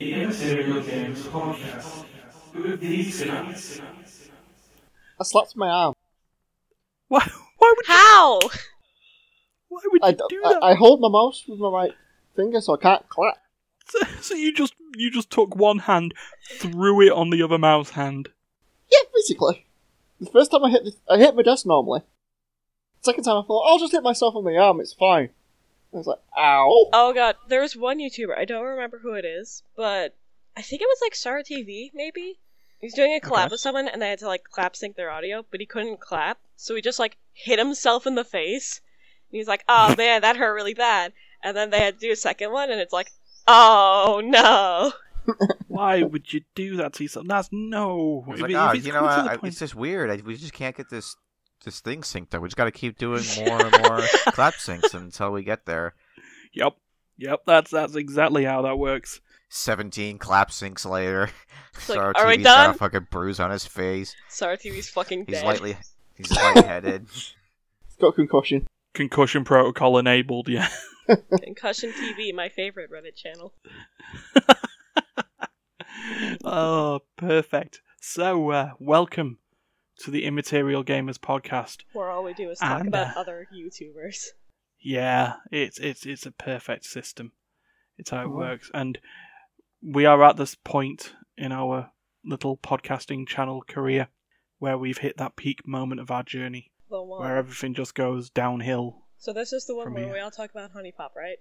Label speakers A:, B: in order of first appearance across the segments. A: Igen, serial games podcast. These nuts.
B: I slapped my arm.
C: Why? Why would?
D: How?
C: Why would
B: I,
C: you do that?
B: I, I hold my mouse with my right finger, so I can't clap.
C: So, so you just you just took one hand, threw it on the other mouse hand.
B: Yeah, basically. The first time I hit, the, I hit my desk normally. Second time I thought, I'll just hit myself on the arm. It's fine. I was like, ow.
D: Oh god, there was one YouTuber. I don't remember who it is, but I think it was like Star TV, maybe. He was doing a collab
C: Okay.
D: with someone, and they had to like clap sync their audio, but he couldn't clap, so he just like hit himself in the face. And he's like, "Oh man, that hurt really bad." And then they had to do a second one, and it's like, "Oh no!"
C: Why would you do that to yourself? That's no.
E: I was
C: If
E: like,
C: it- if
E: oh,
C: it's
E: you know,
C: come to the
E: I, I-
C: point-
E: it's just weird. I, we just can't get this this thing synced up. We just got to keep doing more and more clap syncs until we get there.
C: Yep, yep. That's that's exactly how that works.
E: Seventeen clap syncs later,
D: like,
E: Star
D: are we
E: TV's got
D: done?
E: a fucking bruise on his face.
D: Star TV's fucking
E: He's
D: dead.
E: lightly, he's lightheaded.
B: It's got concussion.
C: Concussion protocol enabled. Yeah.
D: Concussion TV, my favorite Reddit channel.
C: oh, perfect. So, uh, welcome to the Immaterial Gamers podcast.
D: Where all we do is talk
C: And,
D: about
C: uh,
D: other YouTubers.
C: Yeah, it's it's it's a perfect system. It's how it
B: Cool.
C: works, and we are at this point in our little podcasting channel career where we've hit that peak moment of our journey
D: The one.
C: where everything just goes downhill.
D: So this is the one
C: From
D: where
C: here.
D: we all talk about Honey Pop, right?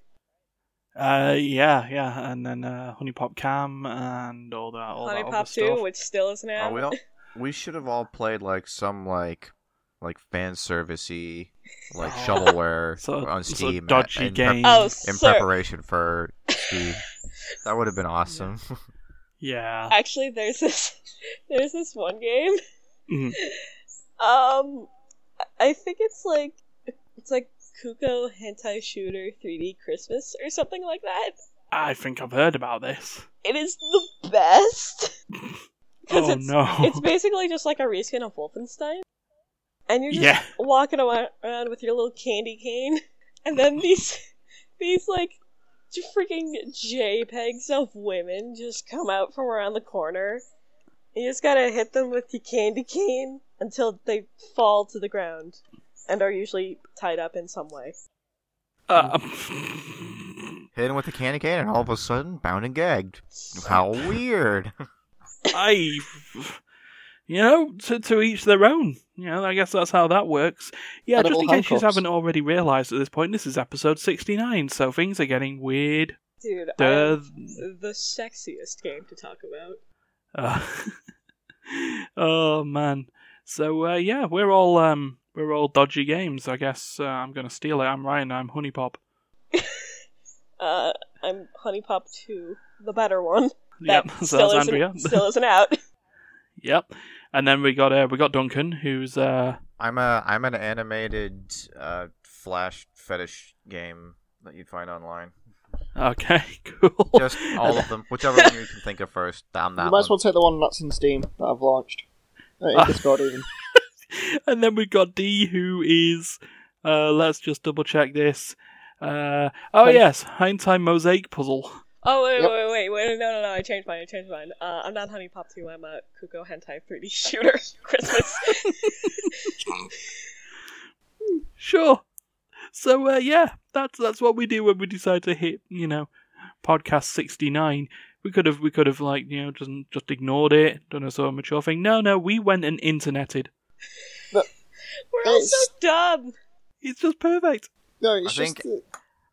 C: Uh, yeah, yeah, and then uh, Honey Pop Cam and all that, all
D: Honey
C: that
D: Pop
C: other
D: 2,
C: stuff.
D: which still is now.
E: Oh, we don't. We should have all played like some like like fan servicey like
C: Oh.
E: shovelware
C: Sort of-
E: on
C: sort of
E: Steam a-
C: dodgy
E: in,
C: game.
D: Oh,
E: in
D: sir.
E: preparation for Steam. that would have been awesome.
C: Yeah,
D: Actually, there's this there's this one game.
C: Mhm.
D: Um, I think it's like it's like Kuko Hentai Shooter 3D Christmas or something like that.
C: I think I've heard about this.
D: It is the best. 'Cause
C: Oh
D: it's,
C: no!
D: It's basically just like a reskin of Wolfenstein, and you're just
C: yeah,
D: walking awa- around with your little candy cane, and then these these like j- freaking JPEGs of women just come out from around the corner. You just gotta hit them with your candy cane until they fall to the ground and are usually tied up in some way.
C: uh,
E: Hit him with a candy cane, and all of a sudden, bound and gagged. How weird!
C: I, you know, to, to each their own. You know, I guess that's how that works. Yeah, just
B: Edible
C: in case you
B: handcuffs.
C: haven't already realised at this point, this is episode 69, so things are getting weird.
D: Dude, I
C: Duh.
D: am the sexiest game to talk about.
C: Uh, oh, man. So, uh, yeah, we're all, um, we're all dodgy games, I guess. Uh, I'm going to steal it. I'm Ryan, I'm Honey Pop.
D: Uh, I'm Honey Pop 2, the better one.
C: Yep,
D: That
C: so that's
D: still isn't-
C: Andrea.
D: still isn't out.
C: yep. And then we got, uh, we got Duncan, who's, uh,
E: I'm a I'm an animated uh, flash fetish game that you'd find online.
C: okay, cool.
E: Just all of them, whichever one you can think of first. I'm
B: you
E: that
B: might as well
E: one.
B: take the one that's in Steam that I've launched. Uh, in
C: Ah.
B: Discord, even.
C: and then we've got D, who is. Uh, let's just double check this. Uh, oh
B: Thanks.
C: yes, hindtime mosaic puzzle.
D: Oh wait,
B: Yep.
D: wait, wait, wait! No, no, no! I changed mine. I changed mine. Uh, I'm not Honey Pop Two. I'm a Kuko Hentai 3D Shooter Christmas.
C: Sure. So uh, yeah, that's that's what we do when we decide to hit you know podcast sixty nine. We could have we could have like you know just just ignored it, done a sort of mature thing. No, no, we went and interneted.
D: We're all so
B: It's-
D: dumb.
C: It's just perfect.
B: No, it's
E: I
B: just.
E: think-
B: that-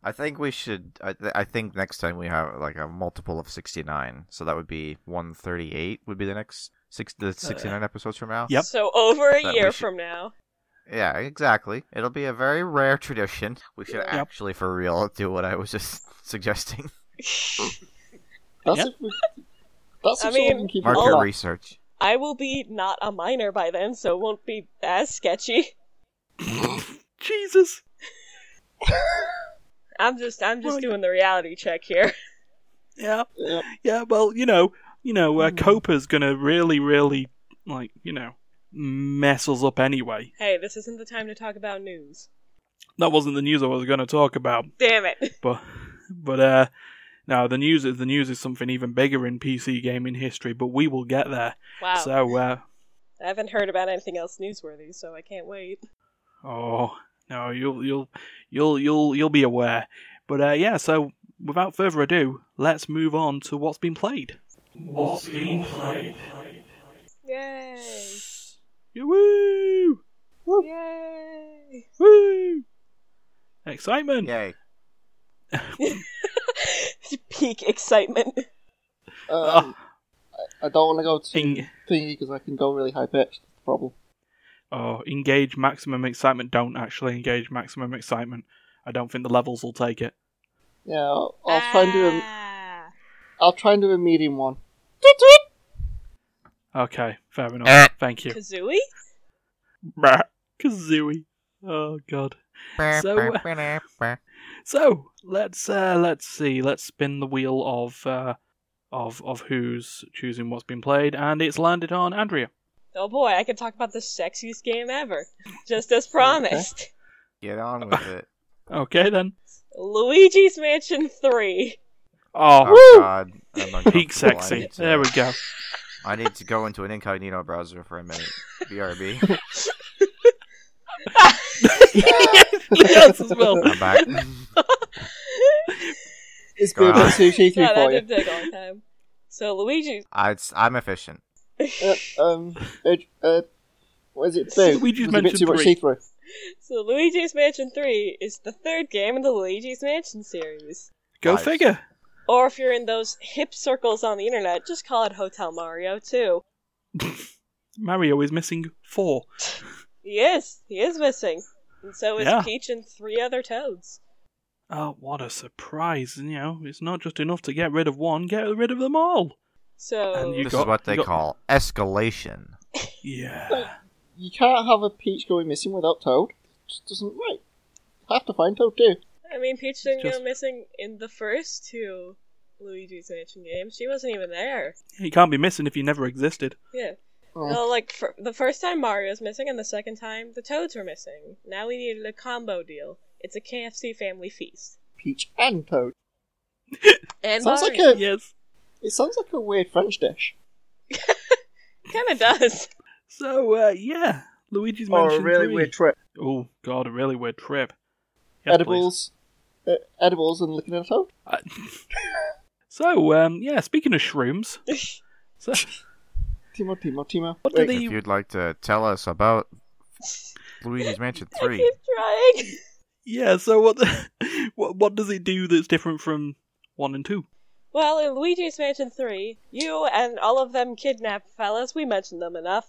E: I think we should. I, th- I think next time we have like a multiple of 69, so that would be 138. Would be the next six
B: Uh,
E: the 69 episodes from now.
C: Yep.
D: So over a
E: That we
D: year
E: should-
D: from now,
E: Yeah, exactly. It'll be a very rare tradition. We should
D: Yep.
E: actually, for real, do what I was just suggesting.
D: Mm.
B: That's
C: Yeah.
B: if we. That's if
D: I
B: someone
D: mean,
B: can keep it
E: Mark
B: up.
E: your research.
D: I will be not a minor by then, so it won't be as sketchy.
C: Jesus.
D: I'm just, I'm just
C: Right.
D: doing the reality check here.
C: Yeah.
B: Yeah.
C: Yeah, well, you know, you know, uh,
B: Hmm.
C: Copa's gonna really, really like you know mess us up anyway.
D: Hey, this isn't the time to talk about news.
C: That wasn't the news I was gonna talk about.
D: Damn it!
C: but but uh Now the news is the news is something even bigger in PC gaming history, but we will get there.
B: Oh.
D: Wow.
C: So, uh,
D: I haven't heard about anything else newsworthy, so I can't wait.
C: oh no, you'll you'll you'll you'll you'll be aware. But uh, yeah, so without further ado, let's move on to what's been played.
A: What's being played?
D: Yay!
C: Yeah, Woo!
D: Yay!
C: Woo! Excitement!
E: Yay.
D: Peak excitement.
B: Um,
E: Ah.
B: I don't want to go too
C: Eng-
B: thingy because I can go really high pitched. That's the problem.
C: oh, engage maximum excitement. Don't actually engage maximum excitement. I don't think the levels will take it.
B: Yeah, I'll, I'll try and do a
D: Ah.
B: I'll try and do a medium one.
C: Okay, fair
E: Eh.
C: enough. Thank you.
D: Kazooie?
C: Kazooie. Oh god. So,
B: uh,
C: So let's uh, let's see. Let's spin the wheel of uh, of of who's choosing what's been played, and it's landed on Andrea.
D: Oh boy, I could talk about the sexiest game ever. Just as promised.
E: Get on with it.
C: Okay then.
D: Luigi's Mansion 3.
C: Oh,
E: Oh
C: woo!
E: god. I'm
C: peak
E: uncomfortable. I
C: sexy.
E: need to-
C: There we go.
E: I need to go into an incognito browser for a minute. BRB.
C: yes, as well.
E: I'm back.
B: It's been
E: God.
B: sushi three
D: Yeah, that
B: for you.
D: did take a long time. So Luigi's
E: I, it's- I'm efficient.
B: Uh, um, uh, uh, what is it? Boo.
C: We
B: Was
C: just
B: it a bit
C: mentioned
B: too much
C: three.
B: see through.
D: so Luigi's Mansion 3 is the third game in the Luigi's Mansion series.
C: Go
E: Nice.
C: figure.
D: Or if you're in those hip circles on the internet, just call it Hotel Mario 2.
C: Mario is missing four.
D: He is. He is missing. And so is
C: Yeah.
D: Peach and three other toads.
C: Oh, what a surprise! You know, it's not just enough to get rid of one; get rid of them all.
D: So
C: And you
E: this
C: got-
E: is what they
C: you got-
E: call escalation.
C: Yeah.
B: You can't have a peach going missing without Toad. It just doesn't right. Have to find Toad too.
D: I mean, Peach didn't
C: Just-
D: go missing in the first two Luigi's Mansion games. She wasn't even there.
C: You can't be missing if you never existed.
D: Yeah.
B: Oh.
D: Well, like fir- the first time Mario's missing, and the second time the Toads were missing. Now we needed a combo deal. It's a KFC family feast.
B: Peach and Toad.
D: And
B: Sounds like
D: Mario.
B: a-
C: Yes.
B: It sounds like a weird French dish.
D: kind of does.
C: So uh, yeah, Luigi's
B: Or Oh, a
C: Mansion
B: really
C: 3.
B: weird trip.
C: Oh god, a really weird trip. Yes, please.
B: edibles, uh, edibles, and looking at a Toad.
C: I- so um, yeah, speaking of shrooms, so,
B: Timo, Timo, Timo.
C: What do
B: Wait,
C: they-
E: If you'd like to tell us about Luigi's Mansion
D: I
E: 3,
D: keep trying.
C: yeah, so what, the, what what does it do that's different from one and two?
D: Well, in Luigi's Mansion 3, you and all of them kidnapped fellas, we mentioned them enough,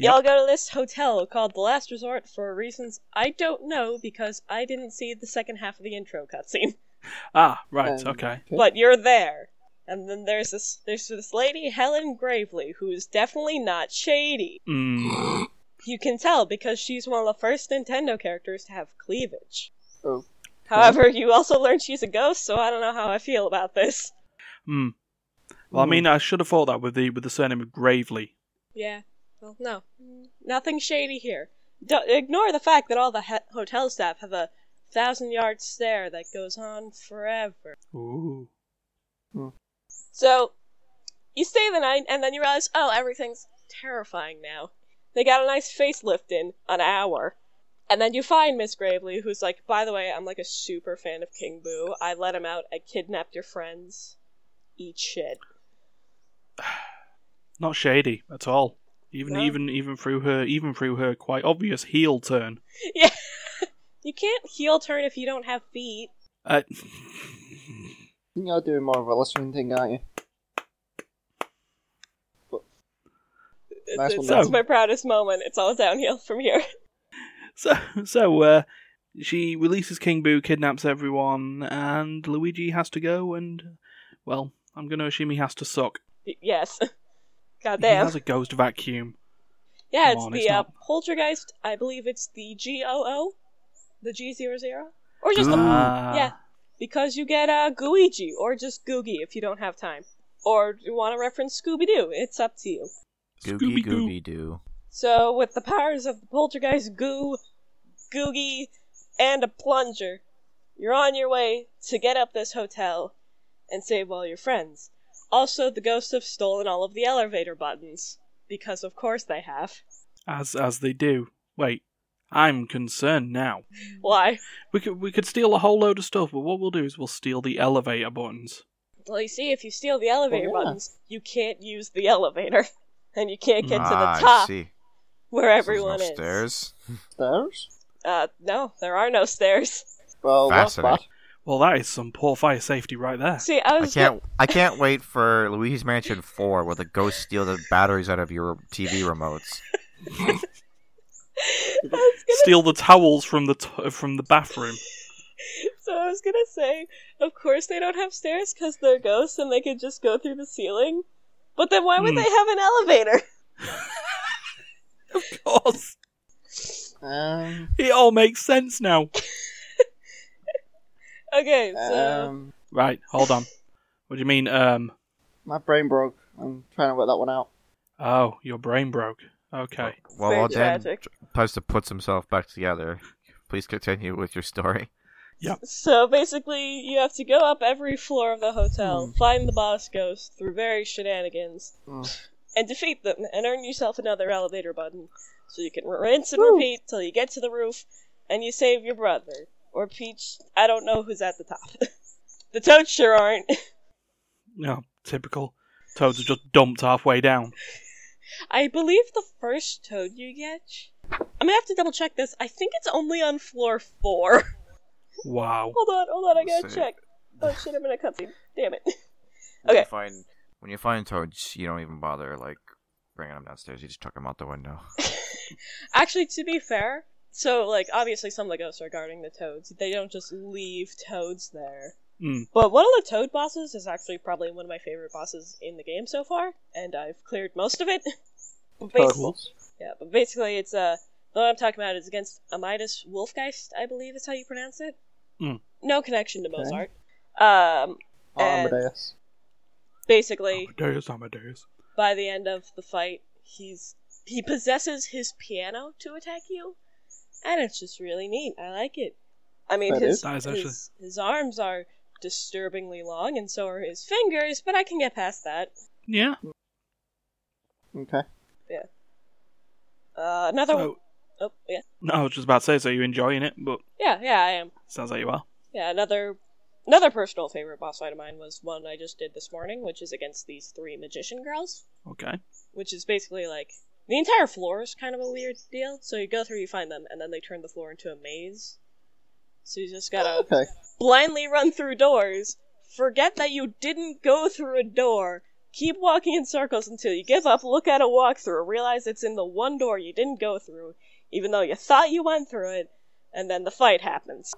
C: Yep.
D: y'all go to this hotel called The Last Resort for reasons I don't know because I didn't see the second half of the intro cutscene.
C: Ah, right,
B: Um,
C: okay.
B: Okay.
D: But you're there. And then there's this there's this lady, Helen Gravely, who is definitely not shady.
C: Mm,
D: You can tell because she's one of the first Nintendo characters to have cleavage.
B: Oh.
D: However, you also learn she's a ghost, so I don't know how I feel about this.
C: mm. Well, I
B: Mm.
C: mean, I should have thought that with the with the surname of Gravely.
D: Yeah. Well, no. Nothing shady here. Don't, ignore the fact that all the he- hotel staff have a thousand yard stare that goes on forever.
C: Ooh.
D: So, you stay the night, and then you realize, oh, everything's terrifying now. They got a nice facelift in an hour. And then you find Miss Gravely, who's like, by the way, I'm like a super fan of King Boo. I let him out. I kidnapped your friends. Eat shit.
C: Not shady at all. Even
D: No.
C: even even through her even through her quite obvious heel turn.
D: Yeah. you can't heel turn if you don't have feet.
C: Uh,
B: I think you're doing more of a listening thing, aren't you? Nice
D: It's-
B: one,
D: that's
C: Dad.
D: my proudest moment. It's all downhill from here.
C: So, so uh, she releases King Boo, kidnaps everyone, and Luigi has to go and, well, I'm going to assume he has to suck.
D: Y- Yes. God
C: He
D: damn.
C: has a ghost vacuum.
D: yeah,
C: come
D: it's
C: on,
D: the
C: it's
D: uh,
C: not-
D: poltergeist. I believe it's the G O O, the G zero zero, or just
B: Ooh.
C: Ah.
D: yeah,
E: Uh.
D: because you get uh, Gooigi or just Googie if you don't have time, or do you want to reference Scooby Doo? It's up to you.
E: Googie
C: Scooby-Doo.
E: Gooby Doo.
D: So with the powers of the poltergeist, goo, Googie, and a plunger, you're on your way to get up this hotel and save all your friends. Also, the ghosts have stolen all of the elevator buttons. Because of course they have.
C: as as they do. Wait, I'm concerned now.
D: Why?
C: We could we could steal a whole load of stuff, but what we'll do is we'll steal the elevator buttons.
D: Well, you see, if you steal the elevator
E: Oh,
B: Well, yeah.
D: buttons, you can't use the elevator. And you can't get to
E: ah,
D: the top
E: I see.
D: where
E: So there's no
D: everyone is.
E: Stairs.
B: Stairs?
D: Uh, no, there are no stairs.
B: Well, that's bad.
E: Fascinating.
C: Well, that is some poor fire safety right there.
D: See, I
E: I
D: was
E: can't. I can't wait for Luigi's Mansion Four, where the ghosts steal the batteries out of your TV remotes.
D: I was gonna
C: Steal the towels from the t- from the bathroom.
D: So I was gonna say, of course they don't have stairs because they're ghosts and they could just go through the ceiling. But then why would
C: Hmm.
D: they have an elevator?
C: Of course,
B: Um,
C: it all makes sense now.
D: Okay, so
B: um,
C: Right, hold on. What do you mean? Um,
B: my brain broke. I'm trying to work that one out.
C: oh, your brain broke. Okay.
E: Well,
D: very
E: while Dan
D: tragic.
E: tries to puts himself back together, please continue with your story.
D: So basically, you have to go up every floor of the hotel,
E: Hmm.
D: find the boss ghost through various shenanigans,
B: Ugh.
D: and defeat them, and earn yourself another elevator button, so you can rinse and
B: Woo.
D: repeat till you get to the roof, and you save your brother or Peach. I don't know who's at the top. the toads sure aren't.
C: No, typical. Toads are just dumped halfway down.
D: I believe the first toad you get. I'm gonna have to double check this. I think it's only on floor four.
C: Wow.
D: hold on, hold on, I
E: Let's
D: gotta
E: see.
D: check. Oh shit, I'm in a cutscene. Damn it. Okay.
E: When you find when you find toads, you don't even bother like bringing them downstairs. You just chuck them out the window.
D: Actually, to be fair, so like obviously some of the ghosts are guarding the toads. They don't just leave toads there.
C: Mm.
D: But one of the toad bosses is actually probably one of my favorite bosses in the game so far, and I've cleared most of it. But basi-
B: Turtles.
D: Yeah, but basically it's uh the one I'm talking about is against Amidas Wolfgeist, I believe is how you pronounce it.
C: Mm.
D: No connection to
B: Okay.
D: Mozart.
B: Oh,
D: Um and-
B: Amadeus.
D: basically
C: Amadeus, Amadeus.
D: by the end of the fight, he's he possesses his piano to attack you. And it's just really neat. I like it. I mean
B: That
D: his
B: is.
C: That is actually-
D: his, his arms are disturbingly long and so are his fingers, but I can get past that.
C: Yeah.
B: Okay.
D: Uh another one
C: So,
D: oh yeah.
C: no, I was just about to say, so you're enjoying it, but
D: Yeah, yeah, I am.
C: sounds like you are.
D: Yeah, another another personal favorite boss fight of mine was one I just did this morning, which is against these three magician girls,
C: Okay.
D: which is basically like the entire floor is kind of a weird deal. So you go through, you find them, and then they turn the floor into a maze. So you just gotta
B: Okay.
D: blindly run through doors, forget that you didn't go through a door, keep walking in circles until you give up, look at a walkthrough, realize it's in the one door you didn't go through, even though you thought you went through it, and then the fight happens.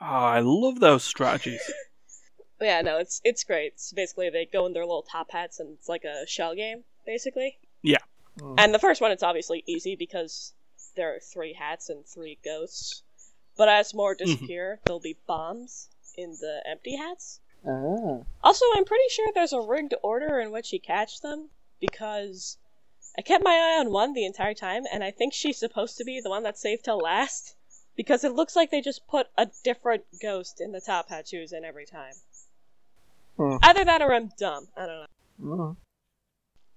C: Ah, I love those strategies.
D: Yeah, no, it's it's great. It's basically they go in their little top hats and it's like a shell game, basically.
C: Yeah.
B: Mm.
D: And the first one it's obviously easy because there are three hats and three ghosts. But as more disappear, there'll be bombs in the empty hats.
B: Ah.
D: Also, I'm pretty sure there's a rigged order in which you catch them because I kept my eye on one the entire time, and I think she's supposed to be the one that's saved till last because it looks like they just put a different ghost in the top hat she was in every time.
B: Hmm.
D: Either that or I'm dumb. I don't know.
B: Mm.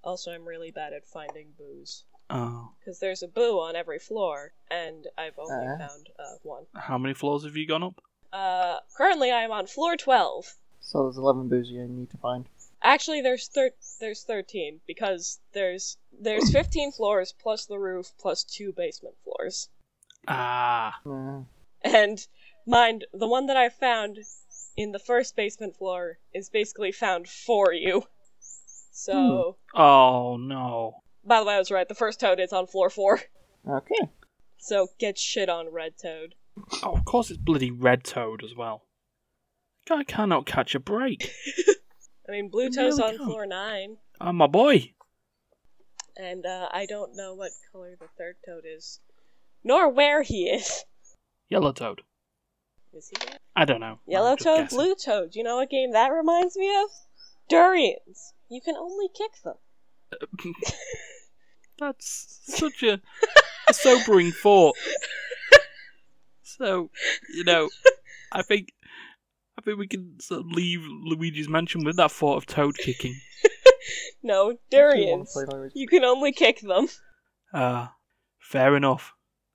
D: Also, I'm really bad at finding boos
C: Oh.
D: because there's a boo on every floor, and I've only
B: Ah.
D: found uh, one.
C: How many floors have you gone up?
D: Uh, currently, I'm on floor twelve.
B: So there's 11 booze you need to find.
D: Actually, there's thir- there's thirteen because there's there's fifteen floors plus the roof plus two basement floors.
C: Ah.
B: Ah.
D: And mind, the one that I found in the first basement floor is basically found for you. So,
C: Oh, no.
D: by the way, I was right. The first toad is on floor four.
B: Okay.
D: So get shit on, red toad.
C: Oh, of course it's bloody red toad as well. I cannot catch a break.
D: I mean, blue toad's
C: Really
D: on
C: don't.
D: floor nine,
C: Ah, my boy.
D: and uh, I don't know what color the third toad is, nor where he is.
C: Yellow toad.
D: Is he?
C: I don't know.
D: Yellow
C: I'm just
D: toad,
C: guessing.
D: blue toad. You know what game that reminds me of? Durians. You can only kick them.
C: That's such a, a sobering thought. So, you know, I think I think we can sort of leave Luigi's mansion with that thought of Toad kicking.
D: No,
B: actually wanna
D: Darians.
B: play those.
D: You can only kick them.
C: Uh, fair enough.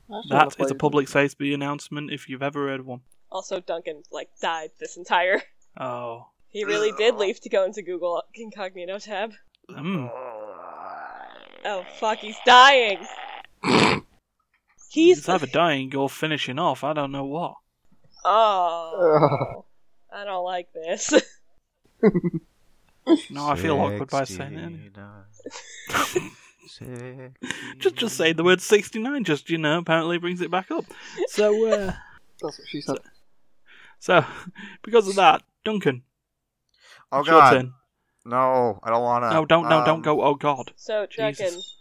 B: I actually wanna
C: That
B: play
C: is a public safety announcement if you've ever heard one.
D: Also, Duncan like died this entire.
C: Oh.
D: He really did leave to go into Google Incognito tab.
C: Mm.
E: Uh,
D: Oh fuck, he's dying. he's
C: It's either dying or finishing off. I don't know what.
D: oh.
B: Ugh.
D: I don't like this.
C: No, I feel awkward by saying it.
E: 69.
C: Just, just say the word sixty-nine. Just you know, apparently brings it back up. So, uh,
B: That's what she said.
C: so because of that, Duncan,
E: Oh
C: it's your
E: god,
C: turn.
E: no! I don't wanna.
B: Ah,
C: No, don't, no,
E: Um,
C: don't go. Oh God,
D: So Duncan,
C: Jesus.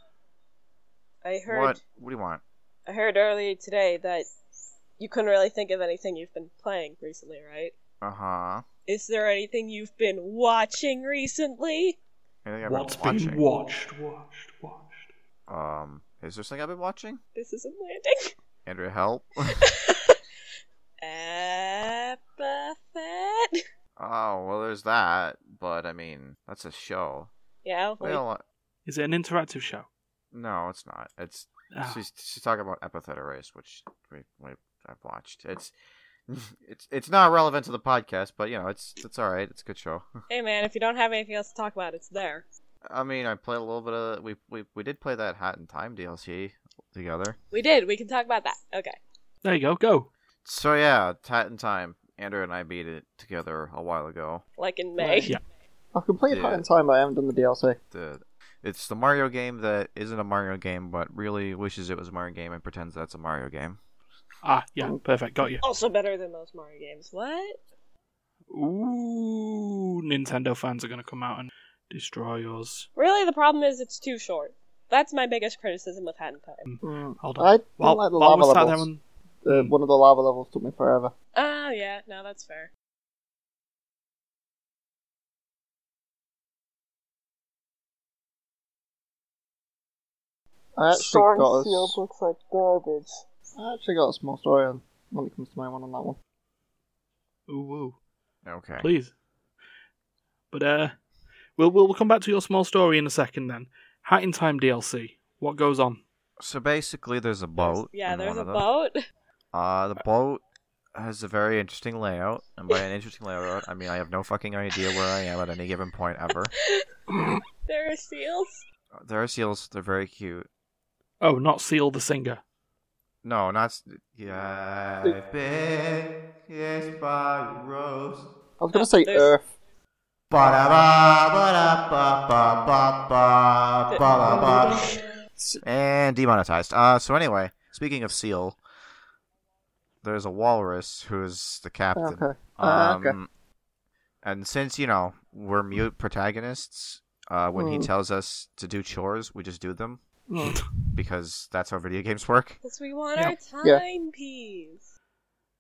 D: I heard
E: What? What do you want?
D: I heard earlier today that you couldn't really think of anything you've been playing recently, right?
E: Uh huh.
D: Is there anything you've been watching recently?
C: what's been watched? Watched, watched.
E: Um, is there something I've been watching?
D: This isn't landing.
E: Andrew, help!
D: Epithet.
E: oh well, there's that. But I mean, that's a show.
D: Yeah, hopefully.
E: Well, uh,
C: Is it an interactive show?
E: no, it's not. It's
C: Ah,
E: she's she's talking about Epithet Erase, which we, we I've watched. It's it's it's not relevant to the podcast, but you know, it's it's all right. It's a good show.
D: hey man, if you don't have anything else to talk about, it's there.
E: I mean, I played a little bit of we we we did play that Hat in Time DLC together.
D: We did. We can talk about that. Okay.
C: there you go. Go.
E: So yeah, it's Hat in Time. Andrew and I beat it together a while ago.
D: Like in May.
C: Yeah.
B: I completed
E: Yeah.
B: that in time, but I haven't done the DLC.
E: The it's the Mario game that isn't a Mario game, but really wishes it was a Mario game and pretends that's a Mario game.
C: Ah, yeah,
B: Oh.
C: perfect. Got you.
D: Also better than most Mario games. What?
C: Ooh, Nintendo fans are gonna come out and destroy us.
D: Really, the problem is it's too short. That's my biggest criticism with Hat in Time.
B: Mm.
C: Hold on.
B: I didn't
C: While-
B: like the
C: while
B: lava
C: we're sat there
B: levels.
C: on-
B: Uh, one of the lava levels took me forever.
D: Oh, yeah. No, that's fair.
B: I actually got a, s-
D: looks like garbage.
B: I actually got a small story on when it comes to my one on that one.
C: Ooh, ooh.
E: Okay.
C: please. But uh, we'll we'll we'll come back to your small story in a second. Then Hat in Time DLC. What goes on?
E: So basically, there's a boat.
D: Yeah,
E: in
D: there's
E: one
D: a
E: of them.
D: boat.
E: Uh, the boat has a very interesting layout, and by an interesting layout, I mean I have no fucking idea where I am at any given point ever.
D: there are seals.
E: There are seals. They're very cute.
C: Oh, not Seal the singer.
E: No, not. s- Yeah. I've been kissed by a rose.
B: I was gonna say
D: Ah, there's-
B: Earth.
E: Ba-da-ba, ba-da-ba-ba-ba, ba-da-ba. And demonetized. Uh, so anyway, speaking of seal, there's a walrus who is the captain.
B: Okay. Ah, okay.
E: Um, And since you know we're mute protagonists, uh, when he
B: Hmm.
E: tells us to do chores, we just do them
B: Mm.
E: because that's how video games work.
D: Because we want
C: Yeah.
D: our
B: Yeah.
D: time piece.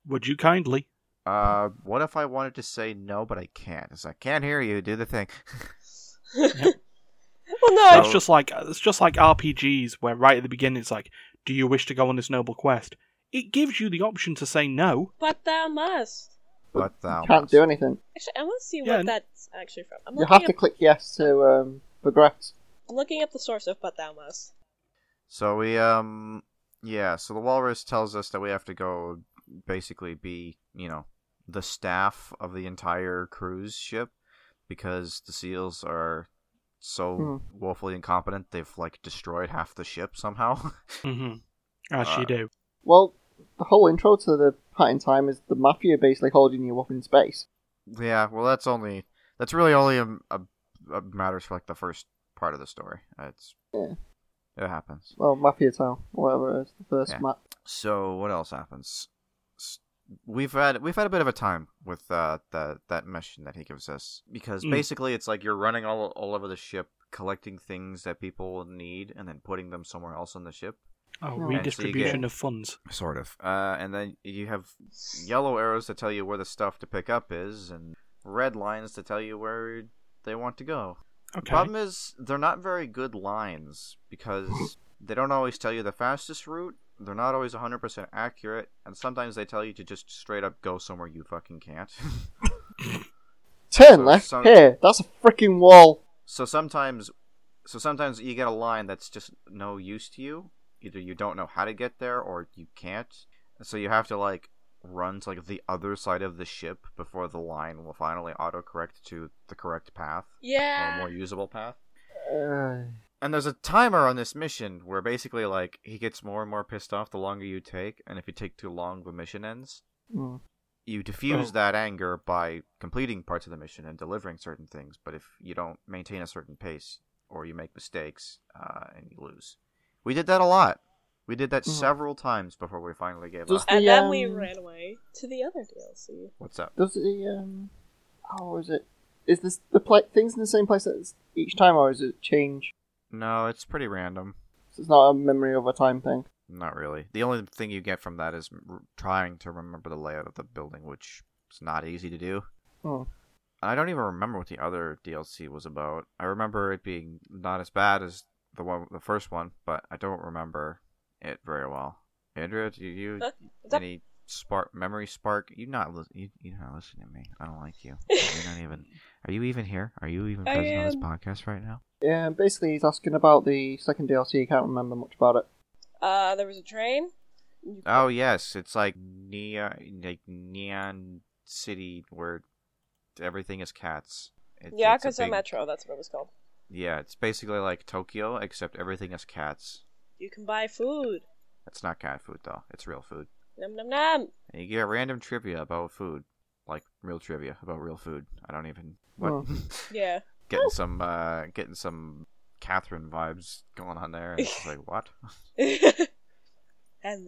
C: Would you kindly?
E: Uh, what if I wanted to say no, but I can't? It's like can't hear you. Do the thing.
D: Well, no,
C: That's
E: So-
C: just like it's just like RPGs where right at the beginning it's like, do you wish to go on this noble quest? It gives you the option to say no.
D: but thou must.
E: but um, thou
B: Can't do anything.
D: Actually, I want to see
C: Yeah,
D: what
C: and-
D: that's actually from. I'm
B: You
D: looking,
B: have
D: up,
B: to click yes to um, progress.
D: I'm looking up the source of but thou must.
E: So we um yeah, so the walrus tells us that we have to go basically be, you know, the staff of the entire cruise ship because the seals are so woefully incompetent they've like destroyed half the ship somehow.
C: Mm-hmm. As you
E: Uh,
C: do.
B: Well, the whole intro to the Pat in Time is the mafia basically holding you up in space.
E: yeah, well that's only that's really only a, a, a matters for like the first part of the story. It's
B: Yeah.
E: it happens.
B: Well, mafia town, whatever it is, the first
E: Yeah.
B: map.
E: So what else happens? S- We've had we've had a bit of a time with uh, that that mission that he gives us because
C: Mm.
E: basically it's like you're running all all over the ship collecting things that people need and then putting them somewhere else on the ship,
C: Oh,
B: no.
C: redistribution
E: Yeah.
C: of funds.
E: sort of. Uh, and then you have yellow arrows to tell you where the stuff to pick up is, and red lines to tell you where they want to go.
C: Okay.
E: Problem is, they're not very good lines because they don't always tell you the fastest route. They're not always 100% accurate, and sometimes they tell you to just straight up go somewhere you fucking can't.
B: Turn
E: So
B: left
E: some-
B: here. That's a freaking wall.
E: So sometimes, so sometimes you get a line that's just no use to you. Either you don't know how to get there, or you can't. So you have to like run to like the other side of the ship before the line will finally autocorrect to the correct path or
D: Yeah.
E: more usable path.
B: Uh,
E: And there's a timer on this mission where basically like he gets more and more pissed off the longer you take, and if you take too long, the mission ends.
B: mm.
E: you diffuse
C: Oh.
E: that anger by completing parts of the mission and delivering certain things but if you don't maintain a certain pace or you make mistakes uh, and you lose we did that a lot we did that
B: Mhm.
E: several times before we finally gave
B: Just-
E: up
D: And
B: The,
D: then we
B: um,
D: ran away to the other DLC.
E: what's up
B: Does the um? How is it? Is this the pla things in the same place as each time, or is it change?
E: no it's pretty random
B: So it's not a memory over time thing.
E: not really the only thing you get from that is r- trying to remember the layout of the building which is not easy to do
B: Oh.
E: And I don't even remember what the other DLC was about. I remember it being not as bad as the one, the first one, but I don't remember it very well. Andrea, do you
D: Uh, that-
E: any spark memory spark? You not lis- you you're not listening to me. I don't like you. You're not even. Are you even here? Are you even
D: I
E: present on this
D: am.
E: podcast right now?
B: Yeah, basically he's asking about the second DLC. He can't remember much about it.
D: Uh, there was a train. You-
E: Oh yes, it's like neon, like neon city where everything is cats. It, it's a
D: Yakuza
E: big-
D: Metro, that's what it was called.
E: Yeah, it's basically like Tokyo except everything is cats.
D: You can buy food.
E: It's not cat food though. It's real food.
D: Num num num.
E: And you get random trivia about food, like real trivia about real food. I don't even what.
D: Yeah.
E: getting some uh, getting some Catherine vibes going on there. And it's just like what?
D: and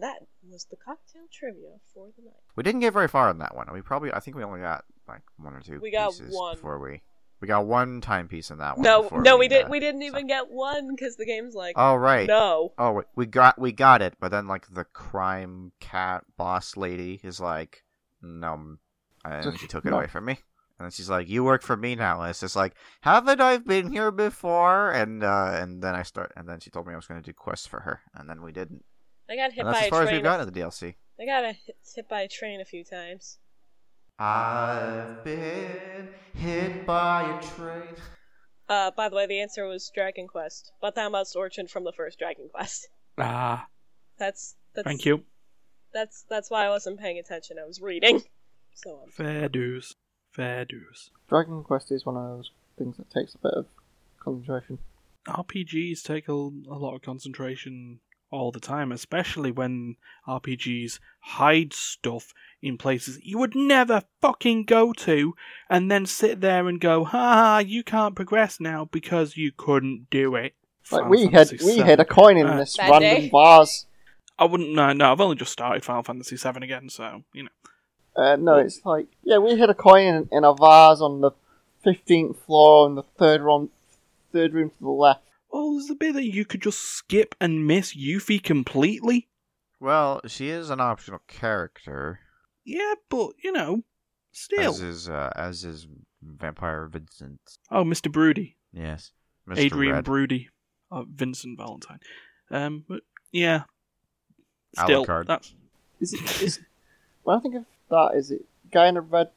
D: that was the cocktail trivia for the night.
E: We didn't get very far on that one. We probably I think we only got like one or two.
D: We got
E: pieces
D: one.
E: before we we got one timepiece in that one.
D: No,
E: before
D: no, we didn't.
E: uh,
D: We didn't
E: so-
D: even get one because the game's like,
E: Oh right.
D: no.
E: Oh wait, we got we got it, but then like the crime cat boss lady is like, no, and she took it
B: No.
E: away from me. And then she's like, "You work for me now." And it's just like, "Haven't I been here before?" And uh, and then I start, and then she told me I was going to do quests for her, and then we didn't.
D: I got hit
E: And
D: by
E: that's
D: a
E: as far as
D: train.
E: we've gotten in the DLC.
D: I got a hit, hit by a train a few times.
E: I've been hit by a train.
D: Uh, by the way, the answer was Dragon Quest, but that must orchard from the first Dragon Quest.
C: Ah,
D: That's that's
C: thank you.
D: That's that's why I wasn't paying attention. I was reading. So um,
C: Fair dues. Fair dues.
B: Dragon Quest is one of those things that takes a bit of concentration.
C: RPGs take a, a lot of concentration all the time, especially when RPGs hide stuff in places you would never fucking go to, and then sit there and go, "Ha ha, you can't progress now because you couldn't do it."
B: Like
C: Final
B: we had
C: Fantasy
B: we
C: VII.
B: had a coin in
C: Uh,
B: this
D: Bad
B: random
D: day.
B: bars.
C: I wouldn't. No, no, I've only just started Final Fantasy VII again, so you know.
B: Uh, no, it's like yeah, we had a coin in, in a vase on the fifteenth floor on the third room, third room to the left.
C: Well, there's a bit that you could just skip and miss Yuffie completely.
E: Well, she is an optional character,
C: Yeah, but you know, still.
E: as is uh, as is Vampire Vincent.
C: Oh, Mr. Broody.
E: Yes, Mr.
C: Adrian
E: Red.
C: Broody, uh, Vincent Valentine. Um, but yeah, still
E: Alucard.
C: that's
B: Is it? Is, when I think of that, is it guy in a red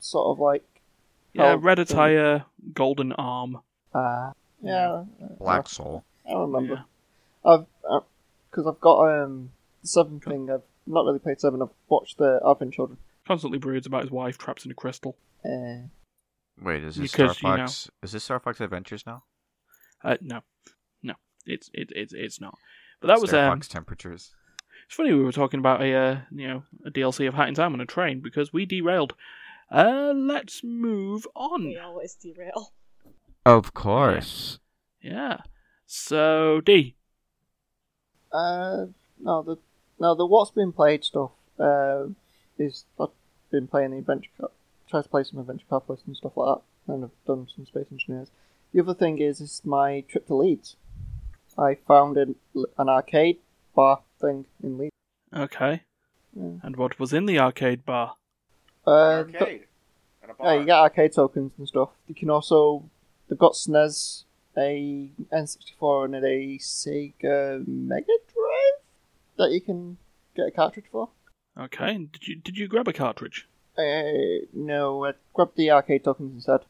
B: sort of like
C: yeah,
B: Oh,
C: red
B: um,
C: attire, golden arm.
B: uh yeah,
E: Black Soul.
B: I don't remember.
C: Yeah.
B: I've because I've got um seven thing. I've not really played seven. I've watched the Advent Children.
C: Constantly broods about his wife, trapped in a crystal.
B: Uh,
E: Wait, is this
C: Because, you
E: Star
C: know-
E: Fox? Is this Star Fox Adventures now?
C: Uh, no, no, it's it, it's it's not. But that was
E: Star
C: um,
E: Fox temperatures.
C: it's funny we were talking about a uh, you know a DLC of Hat in Time on a train because we derailed. Uh, let's move on.
D: we always derail.
E: Of
C: course. Yeah. So D,
B: uh no the no the what's been played stuff. Um, is I've been playing the adventure car, try to play some adventure car plays and stuff like that, and I've done some space engineers. The other thing is is my trip to Leeds. I found an, an arcade bar thing in Leeds.
C: okay.
B: Yeah.
C: And what was in the arcade bar?
B: Uh, th- Yeah, you get arcade tokens and stuff. You can also they've got SNES, a N64, and a Sega Mega Drive that you can get a cartridge for.
C: Okay. Did you did you grab a cartridge?
B: Uh, no, I grabbed the arcade tokens instead,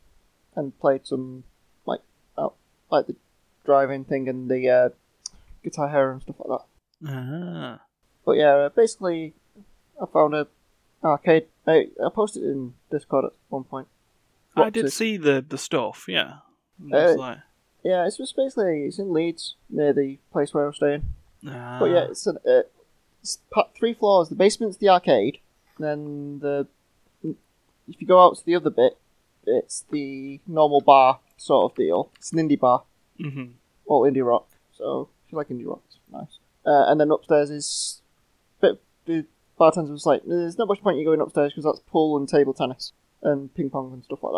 B: and played some like out, like the driving thing and the uh, guitar hero and stuff like that.
C: Ah.
B: But yeah, uh, basically, I found a arcade. I, I posted it in Discord at one point.
C: I
B: What's
C: did
B: it?
C: see the, the stuff, yeah. And I was
B: Uh,
C: like,
B: Yeah, it's just basically it's in Leeds near the place where I was staying.
C: ah.
B: But yeah, it's, an, uh, it's pa- three floors. The basement's the arcade. Then the if you go out to the other bit, it's the normal bar sort of deal. It's an indie bar,
C: Mhm.
B: all indie rock. So if you like indie rock, it's nice. Uh, and then upstairs is, but the bartender was like, "There's not much point you going upstairs because that's pool and table tennis and ping pong and stuff like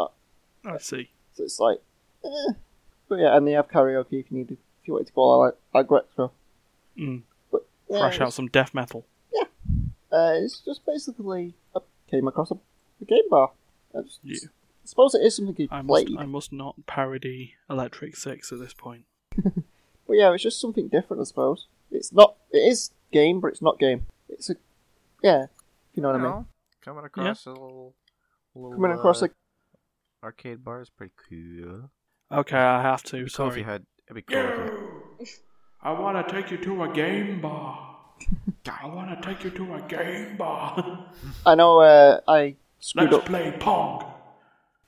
B: that."
C: I see.
B: So it's like, eh. but yeah, and they have karaoke if you need, if you want to go all out like retro.
C: Mm.
B: But yeah,
C: Crash
B: it's-
C: out some death metal.
B: Uh, it's just basically I came across a, a game bar. I just-
C: Yeah.
B: I suppose it is something you
C: I must,
B: played,
C: I must not parody Electric Six at this point.
B: but yeah, it's just something different. I suppose it's not. It is game, but it's not game. It's a yeah. if You know what I mean?
E: No, coming across a little, little
B: Coming across
E: uh,
B: like
E: arcade bar is pretty cool.
C: Okay, I have to.
E: It'd be cool if
C: Sorry.
E: you had. It'd be cool. if you-
C: I want to take you to a game bar. I want to take you to a game bar.
B: I know uh, I screwed up,
C: play Pong.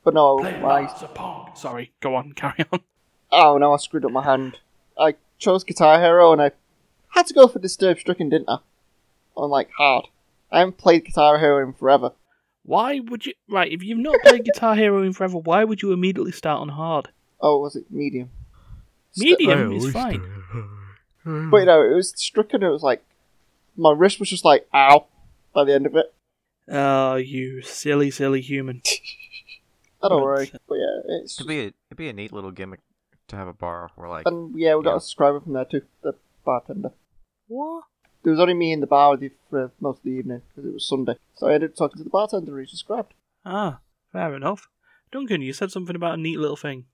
B: but no, I
C: of Pong. Sorry, go on, carry on.
B: oh no, I screwed up my hand. I chose Guitar Hero, and I had to go for Disturbed Stricken, didn't I? On like hard. I haven't played Guitar Hero in forever.
C: Why would you? Right, if you've not played Guitar Hero in forever, why would you immediately start on hard?
B: Oh, was it medium? St-
C: Medium is fine.
B: But
E: Hmm.
B: you know, it was stricken. It was like my wrist was just like ow by the end of it.
C: Oh, you silly, silly human.
B: I don't
C: Good.
B: worry. But yeah, it's
E: It'd be a, it'd be a neat little gimmick to have a bar where like
B: and yeah, we got
E: Yeah.
B: a subscriber from there too, the bartender.
C: What?
B: There was only me in the bar with you for most of the evening because it was Sunday. So I ended up talking to the bartender who subscribed.
C: Ah, fair enough. Duncan, you said something about a neat little thing.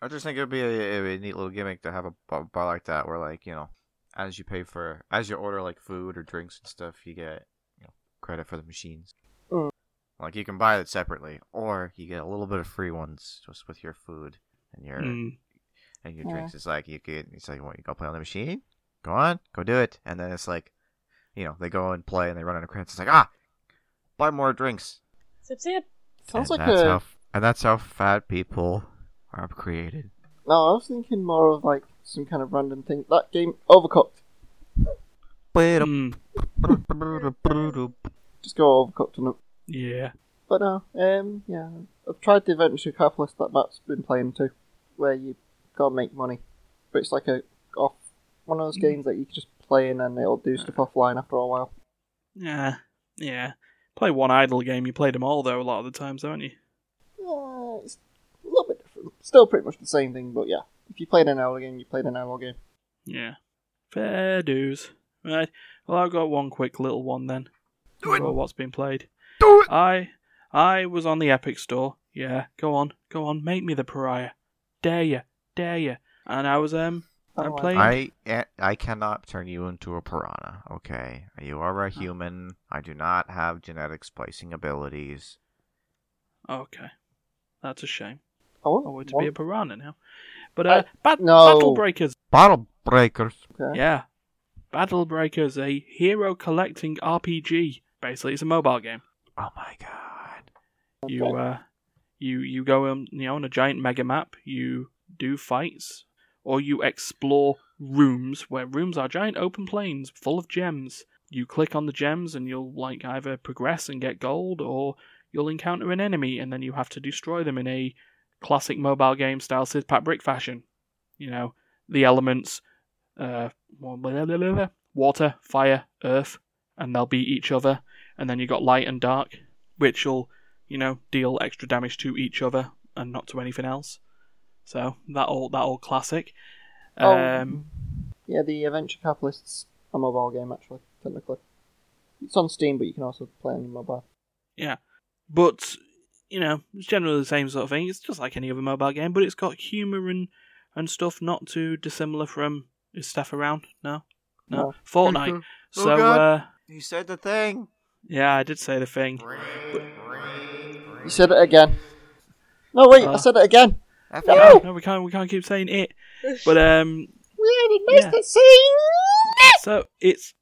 E: I just think it'd be a, it'd be a neat little gimmick to have a bar, bar like that where like you know as you pay for as you order like food or drinks and stuff you get you know, credit for the machines.
B: Mm.
E: Like you can buy it separately, or you get a little bit of free ones just with your food and your
C: Mm.
E: and your
B: Yeah.
E: drinks. It's like you could it's like what you go play on the machine? Go on, go do it. And then it's like you know, they go and play and they run out of credits. It's like, ah buy more drinks.
D: Zip zip.
B: Sounds
E: and
B: like
E: that's
B: a
E: how and that's how fat people are created.
B: no. I was thinking more of like some kind of random thing. That game Overcooked.
C: Mm,
B: Just go Overcooked on it.
C: yeah.
B: But no, um, yeah, I've tried the Adventure Capitalist that Matt's been playing too, where you gotta make money, but it's like a off one of those
C: Mm.
B: games that you can just play in and it'll do stuff offline after a while.
C: Yeah. Yeah. Play one idle game. You play them all, though, a lot of the times, don't you?
B: Yeah, Uh, it's a little bit different. Still pretty much the same thing, but yeah, if you played an hour game, you played an hour game.
C: Yeah. Fair dues. Right. Well, I've got one quick little one then. Do it. what's been played. Do it. I I was on the Epic Store. Yeah. Go on. Go on. Make me the pariah. Dare you. Dare you. And I was um.
B: Oh,
C: I
B: I-
C: played.
E: I I cannot turn you into a piranha. Okay, you are a human. I do not have genetic splicing abilities.
C: Okay. That's a shame.
B: I want
C: I want to
B: one.
C: be a piranha now. But uh, bat-
B: no.
C: Battle Breakers.
E: Bottle breakers.
B: Okay.
C: Yeah. Battle Breakers, a hero collecting RPG. Basically, it's a mobile game.
E: Oh my god.
C: You uh, you you go on you know on a giant mega map. You do fights, or you explore rooms where rooms are giant open plains full of gems. You click on the gems and you'll like either progress and get gold, or you'll encounter an enemy and then you have to destroy them in a classic mobile game style Sidpat brick fashion. You know the elements, uh, wa- blah, blah, blah, blah, water, fire, earth, and they'll beat each other. And then you got light and dark, which will you know, deal extra damage to each other and not to anything else. So that all that all classic.
B: Oh.
C: Um,
B: Yeah, the Adventure Capitalist's a mobile game actually, technically. It's on Steam, but you can also play it on your mobile.
C: but you know, it's generally the same sort of thing. It's just like any other mobile game, but it's got humour and and stuff not too dissimilar from is stuff around. No, no,
B: No.
C: Fortnite.
E: Oh,
C: so
E: God.
C: uh,
E: You said the thing.
C: Yeah, I did say the thing.
B: You said it again. No, wait, I
C: Uh.
B: said it again.
E: F-
B: No!
C: No, we can't. We can't keep saying it. But um,
B: We
C: Yeah.
B: had a yeah.
C: so it's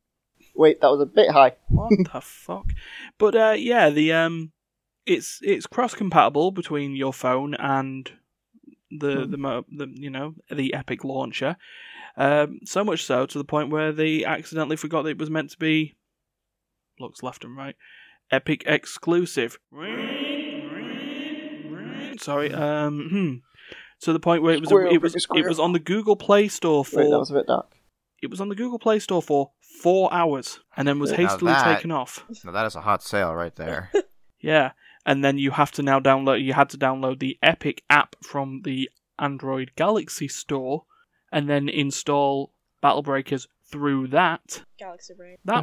B: Wait, that was a bit high.
C: what the fuck. But uh, yeah, the um, it's it's cross compatible between your phone and the
B: Hmm.
C: the, mo- the you know the Epic launcher. Um, so much so to the point where they accidentally forgot that it was meant to be. Looks left and right. Epic exclusive. Sorry. Um. hmm. To the point where it was
B: Squirrel,
C: it was
B: big
C: it
B: squirrel.
C: was on the Google Play Store for
B: Wait, that was a bit dark.
C: It was on the Google Play Store for four hours and then was
E: Now
C: hastily
E: that-
C: taken off.
E: now that is a hot sale right there.
C: Yeah. And then you have to now download, you had to download the Epic app from the Android Galaxy Store and then install Battle Breakers through that.
D: Galaxy Brain.
C: That.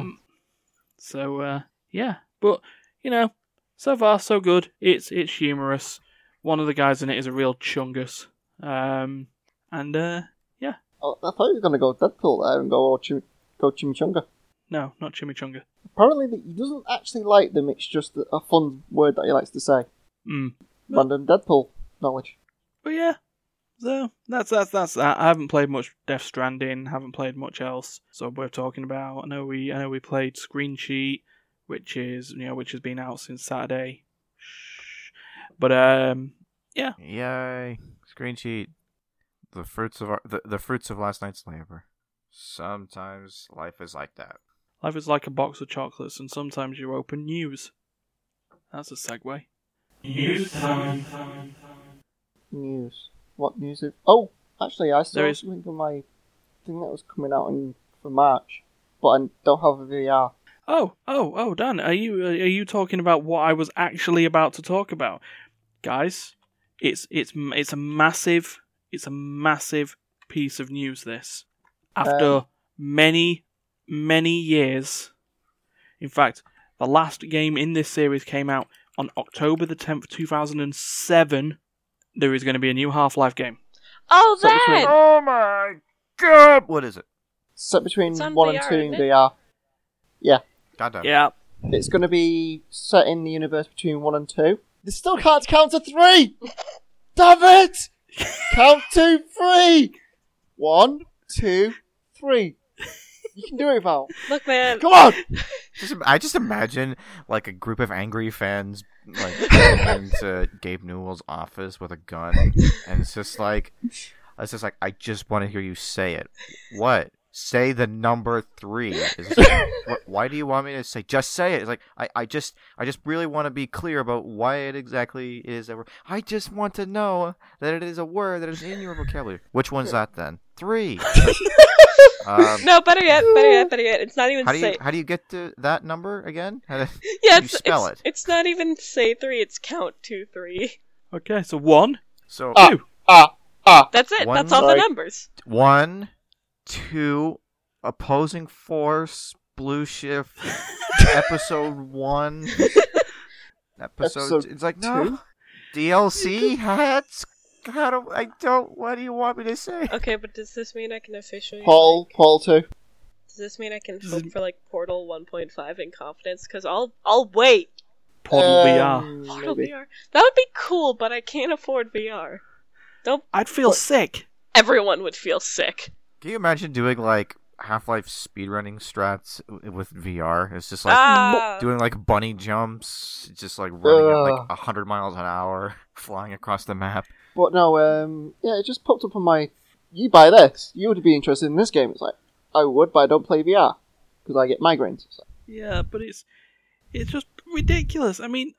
C: So, uh, yeah. But, you know, so far, so good. It's, it's humorous. One of the guys in it is a real chungus. Um, and, uh,
B: Oh, I thought you were going to go Deadpool there and go, oh, chim- go Chimichanga.
C: no, not chimichanga.
B: Apparently, that he doesn't actually like them, it's just a fun word that he likes to say.
C: Mm.
B: Random Deadpool knowledge.
C: But yeah, so that's that's that's that. I haven't played much Death Stranding. Haven't played much else. So we're talking about. I know we I know we played Screen Sheet, which is you know which has been out since Saturday. Shh. But um,
E: Yay! Screen sheet. The fruits of our the, the fruits of last night's labor. Sometimes life is like that.
C: life is like a box of chocolates, and sometimes you open news. That's a segue.
A: News time.
B: News. What news is. Oh, actually, I saw
C: There is-
B: something on my thing that was coming out in, for March, but I don't have a VR.
C: Oh, oh, oh, Dan, are you are you talking about what I was actually about to talk about, guys? It's it's m- it's a massive it's a massive piece of news. This after many many years, in fact, the last game in this series came out on October the tenth, two thousand and seven. There is going to be a new Half Life game.
D: Oh,
C: So this
D: that!
E: Oh my god! What is it?
B: Set between
D: It's on
B: 1 and
D: VR,
B: 2 in
D: isn't it?
B: VR.
E: Goddamn.
C: Yeah,
B: It's going to be set in the universe between 1 and 2. They still can't count to 3! Damn it! count to 3! 1, 2, 3. You can do it, Val.
D: Look, man,
B: Come on!
E: Just, im- I just imagine like a group of angry fans like going into Gabe Newell's office with a gun, and it's just like, it's just like I just want to hear you say it. What? Say the number three. It's just like, "Wh- why do you want me to say? Just say it. It's like I, I just, I just really want to be clear about why it exactly is that. We're, I just want to know that it is a word that is in your vocabulary. Which one's that then? Three. um,
D: no, better yet, better yet, better yet. It's not even
E: how do you
D: say.
E: how do you get to that number again? How do-
D: yeah,
E: you
D: it's,
E: spell
D: it's,
E: it?
D: It's not even say three. It's count two three.
C: okay, so one,
E: So
D: Uh,
B: Ah.
C: two,
B: Ah, ah.
D: That's it.
E: One-
D: That's all
B: Sorry.
D: the numbers.
E: one, two, opposing force, blue shift, episode one, episode.
B: Episode
E: it's like no DLC hats. How do I don't? What do you want me to say?
D: Okay, but does this mean I can officially?
B: Paul, Paul 2.
D: Does this mean I can
C: Does
D: hope
C: it-
D: for like Portal 1.5 in confidence? Because I'll I'll wait.
C: Portal
B: Um,
C: VR.
D: Portal
B: maybe.
D: VR. That would be cool, but I can't afford VR.
C: I'd feel
B: what-
C: sick.
D: Everyone would feel sick.
E: Can you imagine doing like Half Life speedrunning strats w- with VR? It's just like.
D: ah,
E: Doing like bunny jumps, just like running at
B: Ugh.
E: like hundred miles an hour, flying across the map.
B: But no, um, yeah, it just popped up on my. You buy this, you would be interested in this game. It's like, I would, but I don't play VR because I get migraines. It's like,
C: Yeah, but it's it's just ridiculous. I mean,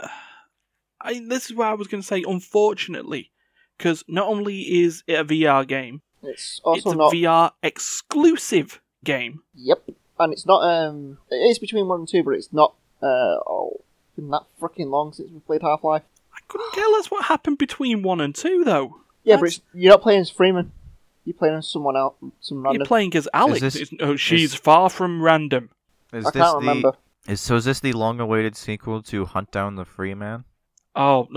C: I this is where I was going to say unfortunately, because not only is it a VR game,
B: it's also
C: it's a
B: not.
C: VR exclusive game.
B: Yep, and it's not. Um, it is between one and two, but it's not. Uh, oh, it's been that freaking long since we played Half Life.
C: I couldn't tell us what happened between one and two though.
B: Yeah, but
C: That's-
B: it's, you're not playing as Freeman. You're playing as someone else, some
C: You're
B: random.
C: playing as Alex.
E: this-
C: It's- oh, she's
E: is-
C: far from random.
E: Is
B: I
E: this
B: can't
E: the
B: remember.
E: Is so is this the long-awaited sequel to Hunt Down the Free Man?
C: Oh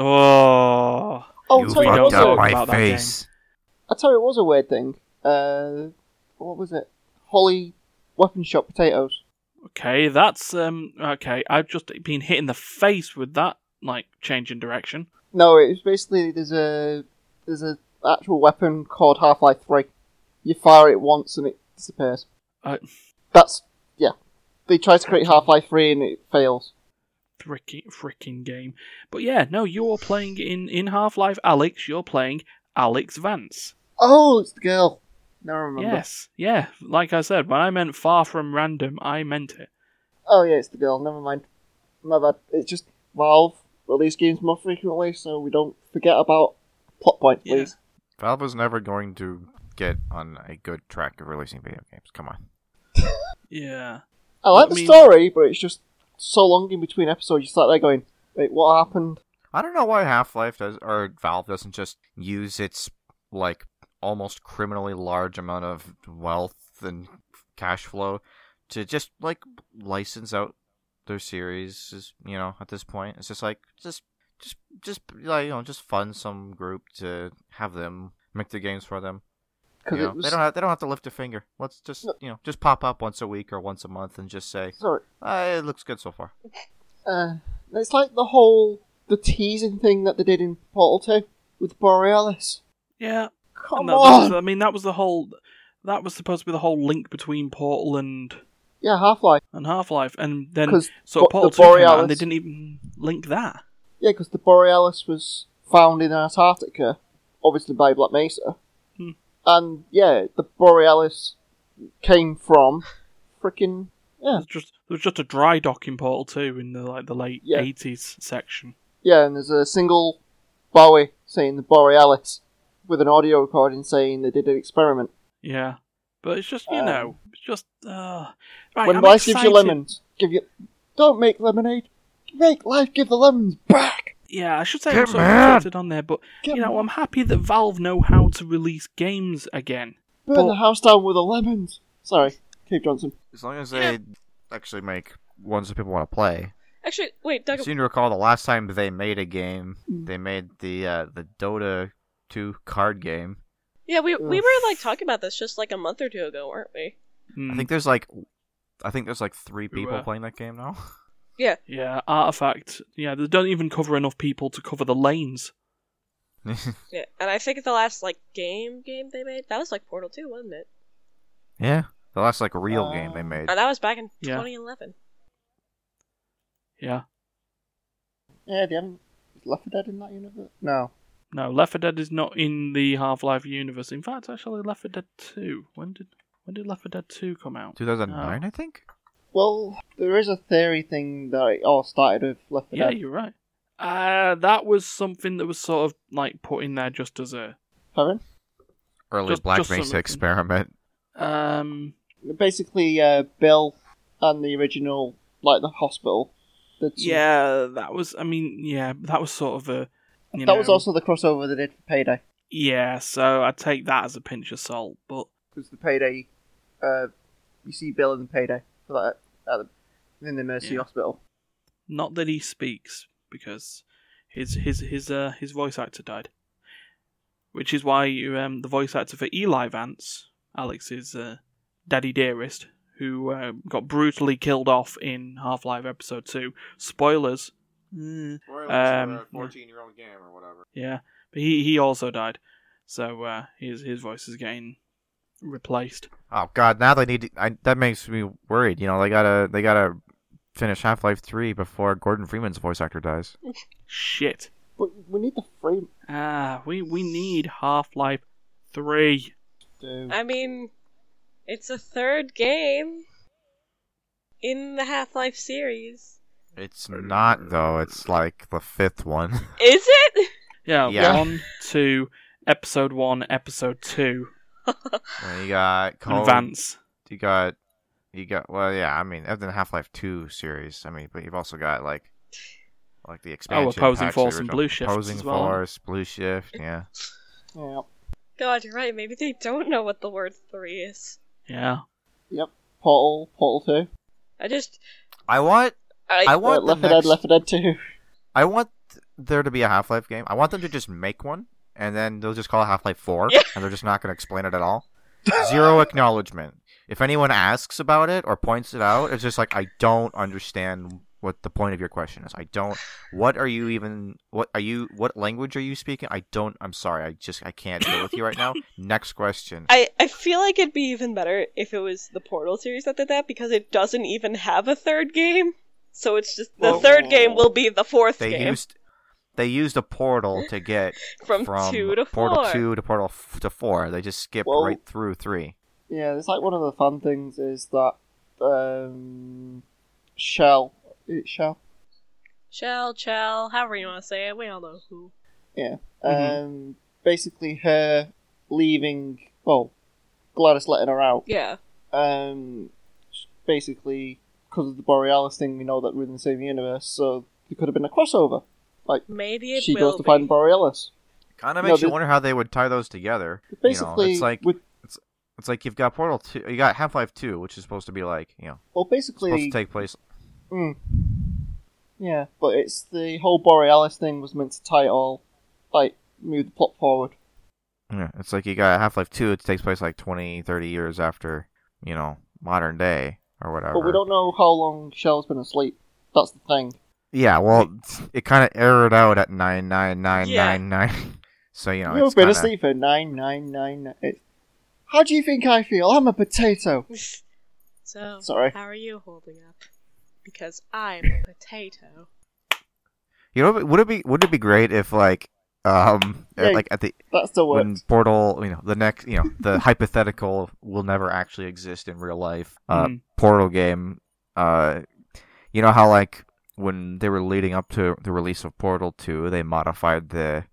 C: no!
B: Oh,
E: you
B: tell you
C: fucked
B: what was
E: fucked
C: also
E: up
B: a-
E: my
C: about that
E: face.
B: I tell you, it was a weird thing. Uh, what was it? Holly Weapon Shop Potatoes.
C: Okay, that's um okay. I've just been hit in the face with that like change in direction.
B: No, it's basically there's a there's a actual weapon called Half Life Three. You fire it once and it disappears.
C: Uh,
B: That's yeah. They tried to create Half Life Three and it fails.
C: Freaking freaking game. But yeah, no, you're playing in in Half Life Alex. You're playing Alex Vance.
B: Oh, it's the girl. Now I remember.
C: Yes, yeah. Like I said, when I meant far from random, I meant it.
B: Oh yeah, it's the girl. Never mind. My bad. It's just Valve release games more frequently, so we don't forget about plot points,
C: Yeah.
B: please.
E: Valve was never going to get on a good track of releasing video games. Come on.
C: Yeah.
B: I like
C: I
B: the
C: mean-
B: story, but it's just so long in between episodes. You sat there going, "Wait, what happened?"
E: I don't know why Half Life does or Valve doesn't just use its like almost criminally large amount of wealth and cash flow to just like license out their series. is- You know, at this point, it's just like just just just like you know just fund some group to have them make the games for them. You
B: Because
E: know?
B: it was
E: They don't have they don't have to lift a finger. Let's just you know just pop up once a week or once a month and just say
B: sorry.
E: ah, it looks good so far.
B: Uh, it's like the whole the teasing thing that they did in Portal Two with Borealis.
C: Yeah.
B: Come
C: No, that
B: on.
C: was- I mean, that was the whole. That was supposed to be the whole link between Portal and
B: Yeah, Half Life.
C: and Half Life, and then
B: 'Cause
C: so
B: Bo-
C: Portal
B: the
C: Two came out,
B: Borealis-
C: and they didn't even link that.
B: Yeah, because the Borealis was found in Antarctica, obviously by Black Mesa.
C: Hmm.
B: And yeah, the Borealis came from freaking yeah,
C: There's just there was just a dry dock in Portal Two in the like the late
B: Yeah.
C: eighties section.
B: yeah. And there's a single Bowie saying the Borealis with an audio recording saying they did an experiment.
C: Yeah, but it's just you
B: Um,
C: know it's just uh, right.
B: when
C: I'm
B: life gives
C: excited.
B: you lemons, give you don't make lemonade. Make life give the lemons back.
C: Yeah, I should say I'm
E: Get
C: sort of
E: mad!
C: excited on there, but
B: Get
C: you know I'm happy that Valve know how to release games again.
B: Burn
C: But-
B: the house down with the lemons. Sorry, Cave Johnson.
E: As long as they actually make ones that people want to play.
D: Actually, wait,
E: I
D: Doug,
E: seem to recall the last time they made a game, they made the uh, the Dota two card game.
D: Yeah, we we
B: Ugh.
D: were like talking about this just like a month or two ago, weren't we?
E: I
C: Hmm.
E: think there's like, I think there's like three people
C: uh,
E: playing that game now.
C: Yeah, artifact. Yeah, they don't even cover enough people to cover the lanes.
D: Yeah, and I think the last like game game they made that was like Portal Two, wasn't it?
E: yeah, the last like real game they
B: Um,
E: made.
D: And that was back in
C: Yeah.
D: 2011.
C: Yeah.
B: Yeah, they haven't is Left 4 Dead in that universe. No,
C: No, Left 4 Dead is not in the Half Life universe. In fact, actually, Left 4 Dead 2. When did when did Left 4 Dead 2 come out? Uh,
E: 2009, I think.
B: Well, there is a theory thing that it all started with Left 4
C: Yeah,
B: Dead.
C: you're right. Uh, that was something that was sort of like put in there just as a
B: Pardon?
E: Early
C: Just-
E: Black
C: just
E: Mesa
C: something.
E: experiment.
C: um
B: Basically, uh, Bill and the original, like the hospital. The two-
C: yeah, that was I mean, yeah, that was sort of a you
B: that
C: know,
B: was also the crossover they did for Payday
C: Yeah, so I take that as a pinch of salt, but
B: because the Payday, uh, you see Bill in the Payday for that at the, in the Mercy
C: Yeah.
B: Hospital.
C: not that he speaks because his his his uh, his voice actor died, which is why um, the voice actor for Eli Vance, Alex's uh, daddy dearest, who uh, got brutally killed off in Half Life Episode Two. Spoilers. Mm, Um, for a 14
E: year old game or whatever.
C: yeah, but he he also died, so uh, his his voice is getting replaced.
E: Oh God, now they need. To, I, that makes me worried. You know, they gotta they gotta finish Half Life three before Gordon Freeman's voice actor dies.
C: Shit.
B: But we need the frame.
C: Ah, we we need Half Life Three.
B: To...
C: Uh,
D: I mean, it's a third game in the Half Life series.
E: It's not though. It's like the fifth one.
D: Is it?
C: Yeah,
E: Yeah.
C: one, two, episode one, episode two,
E: And you got
C: and
E: Code,
C: Vance.
E: you got you got well yeah i mean other than half-life 2 series i mean but you've also got like like
C: Oh,
E: the expansion
C: Opposing
E: packs, the
C: Force and
E: original-
C: Blue Shifts
E: opposing
C: as well, aren't
E: force blue shift yeah
B: Yeah.
D: God, you're right. Maybe they don't know what the word three is.
C: Yeah.
B: Yep. Portal. Portal Two.
D: I just
E: i want
D: I,
E: i want
B: Uh,
E: the
B: Left 4 Dead.
E: next-
B: Left 4 Dead Two.
E: i want there to be a half-life game i want them to just make one and then they'll just call it half-life 4
D: Yeah.
E: and they're just not going to explain it at all Zero acknowledgement. If anyone asks about it or points it out, it's just like I don't understand what the point of your question is. I don't. What are you even? What are you? What language are you speaking? I don't. I'm sorry. I just I can't deal with you right now. Next question.
D: I, I feel like it'd be even better if it was the Portal series that did that because it doesn't even have a third game. So it's just the
B: Whoa.
D: third game will be the fourth
E: They
D: game
E: used they used a portal to get
D: from,
E: from
D: two to
E: portal
D: four.
E: two to portal f- to four. They just skipped
B: Whoa.
E: right through three.
B: Yeah, it's like one of the fun things is that um, Shell, it's Shell,
D: Chell, Chell, however you want to say it, we all know who.
B: yeah.
E: Mm-hmm.
C: Mhm.
B: Um, basically, her leaving, well, Gladys letting her out.
D: Yeah.
B: Um, basically, because of the Borealis thing, we know that we're in the same universe, so there could have been a crossover.
D: Maybe it
B: she
D: will
B: goes to
D: be.
B: find Borealis.
E: Kind of
B: No,
E: makes you
B: this-
E: wonder how they would tie those together.
B: Basically,
E: you know, it's like
B: with,
E: it's like you've got Portal Two, you got Half Life Two, which is supposed to be like you know
B: well,
E: supposed
B: basically,
E: to take place.
B: Mm. Yeah, but it's the whole Borealis thing was meant to tie it all, like, move the plot forward.
E: Yeah, it's like you got Half Life Two, it takes place like 20, 30 years after you know modern day or whatever.
B: But we don't know how long Shell's been asleep. That's the thing.
E: Yeah, well, it kind of errored out at nine nine nine
D: Yeah.
E: nine nine. So you know,
B: You've
E: it's
B: been
E: kinda-
B: asleep for nine, nine, nine. nine- It's... How do you think I feel? I'm a potato.
D: So,
B: Sorry.
D: how are you holding up? Because I'm a potato.
E: You know, would it be would it be great if like um at-
B: Yeah.
E: like at the
B: That still
E: when
B: works.
E: Portal you know the next you know the hypothetical will never actually exist in real life uh,
B: Hmm.
C: Mm.
E: Portal game uh you know how like when they were leading up to the release of Portal 2 they modified the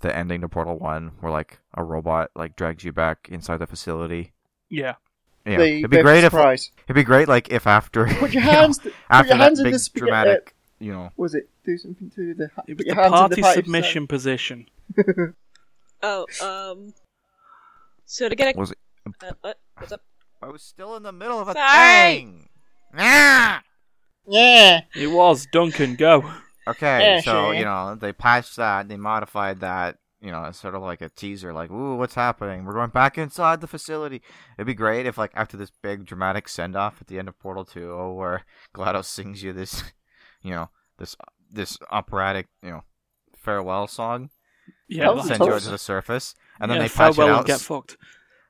E: the ending to Portal 1 where like a robot like drags you back inside the facility
C: Yeah.
E: yeah
B: They-
E: it'd be
B: they're
E: great if
B: surprised.
E: it'd be great like if after
B: Put your
E: you know,
B: hands. th-
E: after
B: your
E: that
B: hands in
E: big
B: the spaghetti-
E: dramatic you know
B: was it do something to the? ha-
C: It was
B: put your
C: the
B: hands in
C: party
B: pipe,
C: submission position.
D: Oh, um. So to get a.
E: was it
D: Uh, what? What's up?
E: I was still in the middle of a
D: Sorry.
E: thing ah!
B: so- Yeah.
C: It was Duncan. Go.
E: Okay,
B: Yeah,
E: so
B: sure,
E: you
B: yeah.
E: know they patched that, they modified that. You know, it's sort of like a teaser, like "Ooh, what's happening? We're going back inside the facility." It'd be great if, like, after this big dramatic send off at the end of Portal Two, where Glados sings you this, you know, this this operatic, you know, farewell song,
C: Yeah.
B: Oh,
E: and
C: that's
E: send
B: so-
E: you to
C: awesome.
E: the surface, and then
C: Yeah,
E: they patch it
C: farewell
E: out.
C: and get fucked.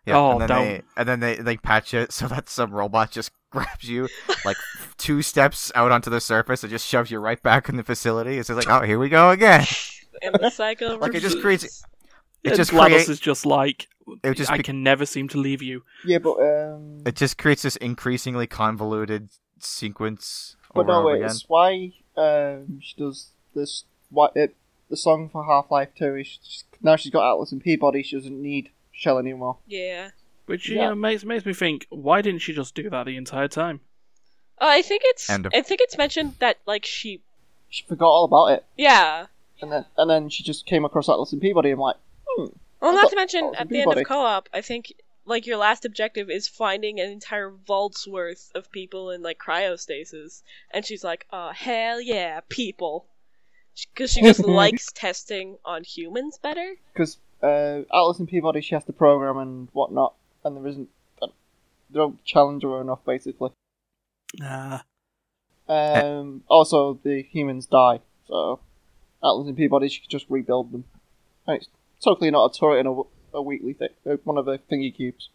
E: Yeah,
C: Oh,
E: and then
C: don't.
E: they and then they, they patch it so that some robot just grabs you like two steps out onto the surface and just shoves you right back in the facility. It's just like, oh, here we go again.
D: And the psycho.
E: Like, it just
D: reverses.
E: creates- It
C: And
E: just
C: GLaDOS
E: creates
C: is just like
E: it just
C: I
E: be-
C: can never seem to leave you.
B: Yeah, but um.
E: it just creates this increasingly convoluted sequence
B: But
E: over and
B: no,
E: over
B: wait,
E: again.
B: it's why um, she does this. Why it, the song for Half Life Two is she's, now she's got Atlas and Peabody. She doesn't need Shell anymore.
D: Yeah.
C: Which you
B: Yeah.
C: know makes makes me think, why didn't she just do that the entire time?
D: Oh, I think it's.
E: End of-
D: I think it's mentioned that, like, she.
B: She forgot all about it,
D: Yeah.
B: and then and then she just came across Atlas and Peabody. and like, hmm,
D: Well,
B: I
D: not
B: thought-
D: to mention,
B: oh, it's a
D: at the end of
B: Peabody.
D: co op, I think, like, your last objective is finding an entire vault's worth of people in, like, cryostasis. And she's like, oh, hell yeah, people. Because she just likes testing on humans better.
B: because uh, Atlas and Peabody she has to program and whatnot, and there isn't uh, they don't challenge her enough basically.
C: Ah,
B: Um, also, the humans die, so Atlas and Peabody she could just rebuild them. And it's totally not a turret in a, a weekly thing, uh, one of the thingy cubes.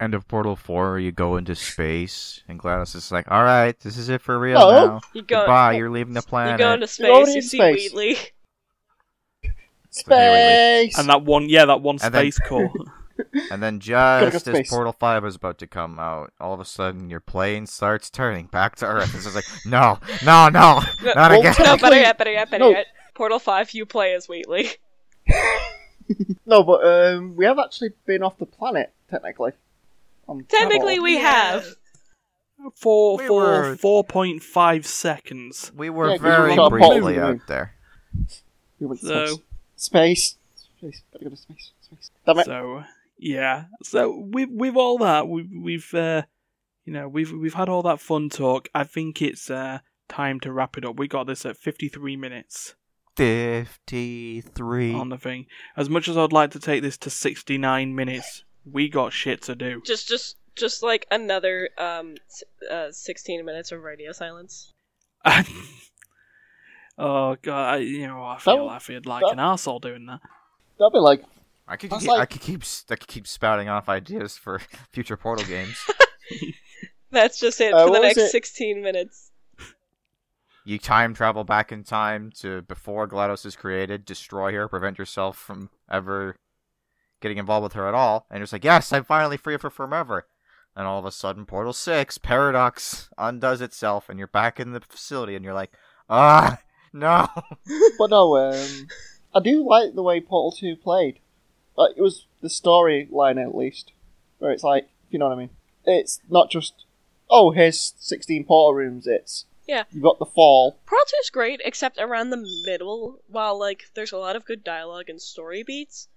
E: End of Portal Four, you go into space, and Gladys is like, "All right, this is it for real
B: Hello?
E: now.
D: You go-
E: Goodbye, you're leaving the
D: You
E: planet."
D: go into
B: already
D: space, you
B: in
D: see
B: space.
D: Wheatley.
B: Space.
C: and that one, yeah, that one
E: And then-
C: space core.
E: And then
B: Gotta go
E: just as
B: space.
E: Portal Five is about to come out, all of a sudden your plane starts turning back to Earth. It's just like, no, no, no,
D: No,
E: not
B: well,
E: again.
B: tell-
D: No, better
B: Technically-
D: yet, better yet, better
B: no.
D: yet. Portal 5, you play as Wheatley.
B: No, but um, we have actually been off the planet technically. On
D: Technically,
B: Tattle.
D: we have.
C: for
E: We
C: for
E: were-
C: four point five seconds.
E: We were
B: Yeah, 'cause
E: very
B: we shot
E: briefly
B: Portal.
E: out there.
B: we went to
C: So-
B: space. Space. Gotta go to space. Space. Damn it.
C: So yeah, so with with all that, we, we've uh, you know we've we've had all that fun talk. I think it's uh, time to wrap it up. We got this at fifty three minutes
E: Fifty-three. Mm.
C: on the thing. As much as I'd like to take this to sixty nine minutes, we got shit to do.
D: Just, just, just like another um, s- uh, sixteen minutes of radio silence.
C: oh god, I, you know, I feel I feel like an asshole doing that.
B: That'd be like,
E: I could
B: That's
E: keep, I
B: like-
E: could keep s- I could keep spouting off ideas for future Portal games.
D: That's just it
B: Uh,
D: for the
B: what was
D: next
B: it?
D: sixteen minutes.
E: you time travel back in time to before GLaDOS is created, destroy her, prevent yourself from ever getting involved with her at all, and you're just like, yes, I'm finally free of her forever. And all of a sudden, Portal 6, Paradox, undoes itself, and you're back in the facility, and you're like, ah, no.
B: but no, um, I do like the way Portal Two played. Like it was the storyline at least, where it's like, you know what I mean. It's not just, oh, here's sixteen portal rooms. It's
D: Yeah.
B: you've got the fall.
D: Portal 2 is great, except around the middle, while like there's a lot of good dialogue and story beats,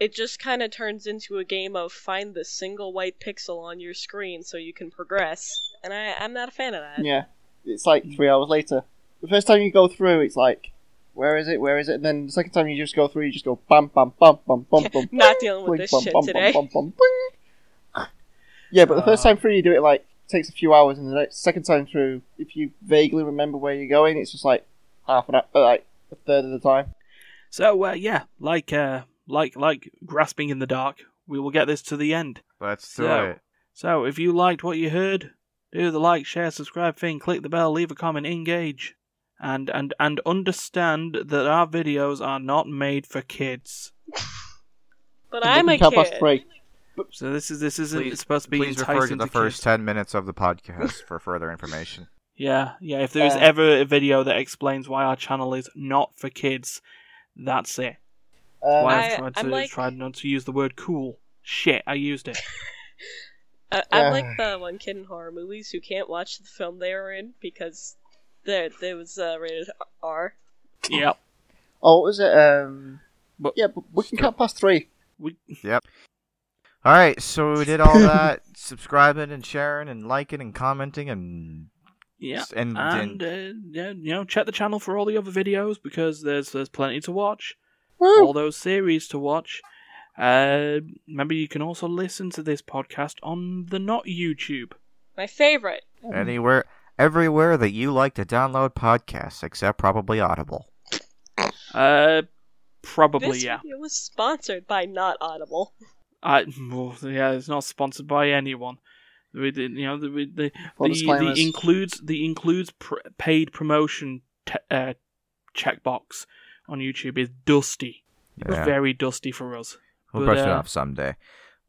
D: it just kind of turns into a game of find the single white pixel on your screen so you can progress. And I, I'm not a fan of that.
B: Yeah, it's like three hours later. The first time you go through, it's like, where is it? Where is it? And then the second time you just go through, you just go bam, bam, bam, bam, bam, bam.
D: Not dealing with
B: Boing,
D: this
B: bum,
D: shit
B: bum, bum,
D: today.
B: bum, bum, boing. yeah, but the first
C: Uh.
B: time through, you do it like takes a few hours, and the next, second time through, if you vaguely remember where you're going, it's just like half an hour, uh, like a third of the time.
C: So uh, yeah, like uh, like like grasping in the dark, we will get this to the end.
E: Let's do
C: So-
E: it.
C: So if you liked what you heard, do the like, share, subscribe thing, click the bell, leave a comment, engage. And and and understand that our videos are not made for kids.
D: But I'm a
B: Half past
D: kid.
B: three.
C: So this is this isn't
E: Please-
C: supposed to be
E: Please
C: enticing
E: refer to the first
C: kids.
E: 10 minutes of the podcast for further information.
C: Yeah, yeah. If there is
B: Uh,
C: ever a video that explains why our channel is not for kids, that's it.
B: Um,
C: why I've
D: Wow. Uh, I-
C: tried
D: I'm
C: to
D: like-
C: tried not to use the word cool. Shit, I used it.
D: I, I'm
B: Yeah.
D: like the one kid in horror movies who can't watch the film they were in because there there was uh, rated R.
C: yep.
B: oh, what was it? Um,
C: But-
B: yeah, but we can count past three.
C: We
E: All right, so we did all that, subscribing and sharing and liking and commenting and
C: yeah.
E: and,
C: And
E: and
C: uh, yeah, you know, check the channel for all the other videos because there's there's plenty to watch.
B: Woo!
C: all those series to watch. Uh, remember, you can also listen to this podcast on the not YouTube.
D: My favorite.
E: Mm. anywhere, everywhere that you like to download podcasts, except probably Audible.
C: Uh, probably
D: this
C: yeah.
D: video was sponsored by Not Audible.
C: I well, yeah, it's not sponsored by anyone. We did, you know, the we- the
B: Full
C: the, the
B: disclaimers.
C: includes the includes pr- paid promotion te- uh, checkbox on YouTube is dusty. It was
E: Yeah.
C: very dusty for us.
E: We'll
C: But,
E: brush it
C: uh,
E: off someday.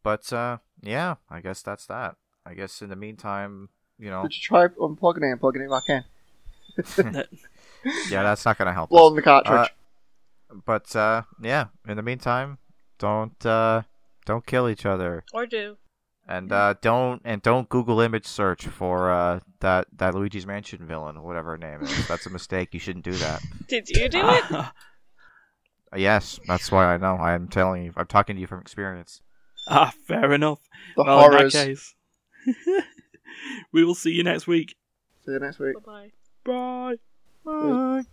E: But uh, yeah, I guess that's that. I guess in the meantime, you know,
B: Did you try unplugging it and plugging it back in?
E: yeah, that's not gonna help. us.
B: Blowing the cartridge.
E: But uh, yeah, in the meantime, don't uh, don't kill each other,
D: Or do.
E: and uh, don't and don't Google image search for uh, that that Luigi's Mansion villain, whatever her name is. That's a mistake. You shouldn't do that.
D: Did you do
C: Ah.
D: it?
E: Uh, Yes, that's why I know. I'm telling you. I'm talking to you from experience.
C: ah, fair enough.
B: the
C: well,
B: horrors.
C: in that case, we will see you next week.
B: See you next week.
D: Bye bye.
C: Bye.
E: Bye.